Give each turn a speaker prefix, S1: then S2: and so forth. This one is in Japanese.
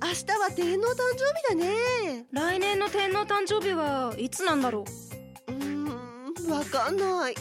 S1: 日は天皇誕生日だね
S2: 来年の天皇誕生日はいつなんだろ
S1: うーんわかんない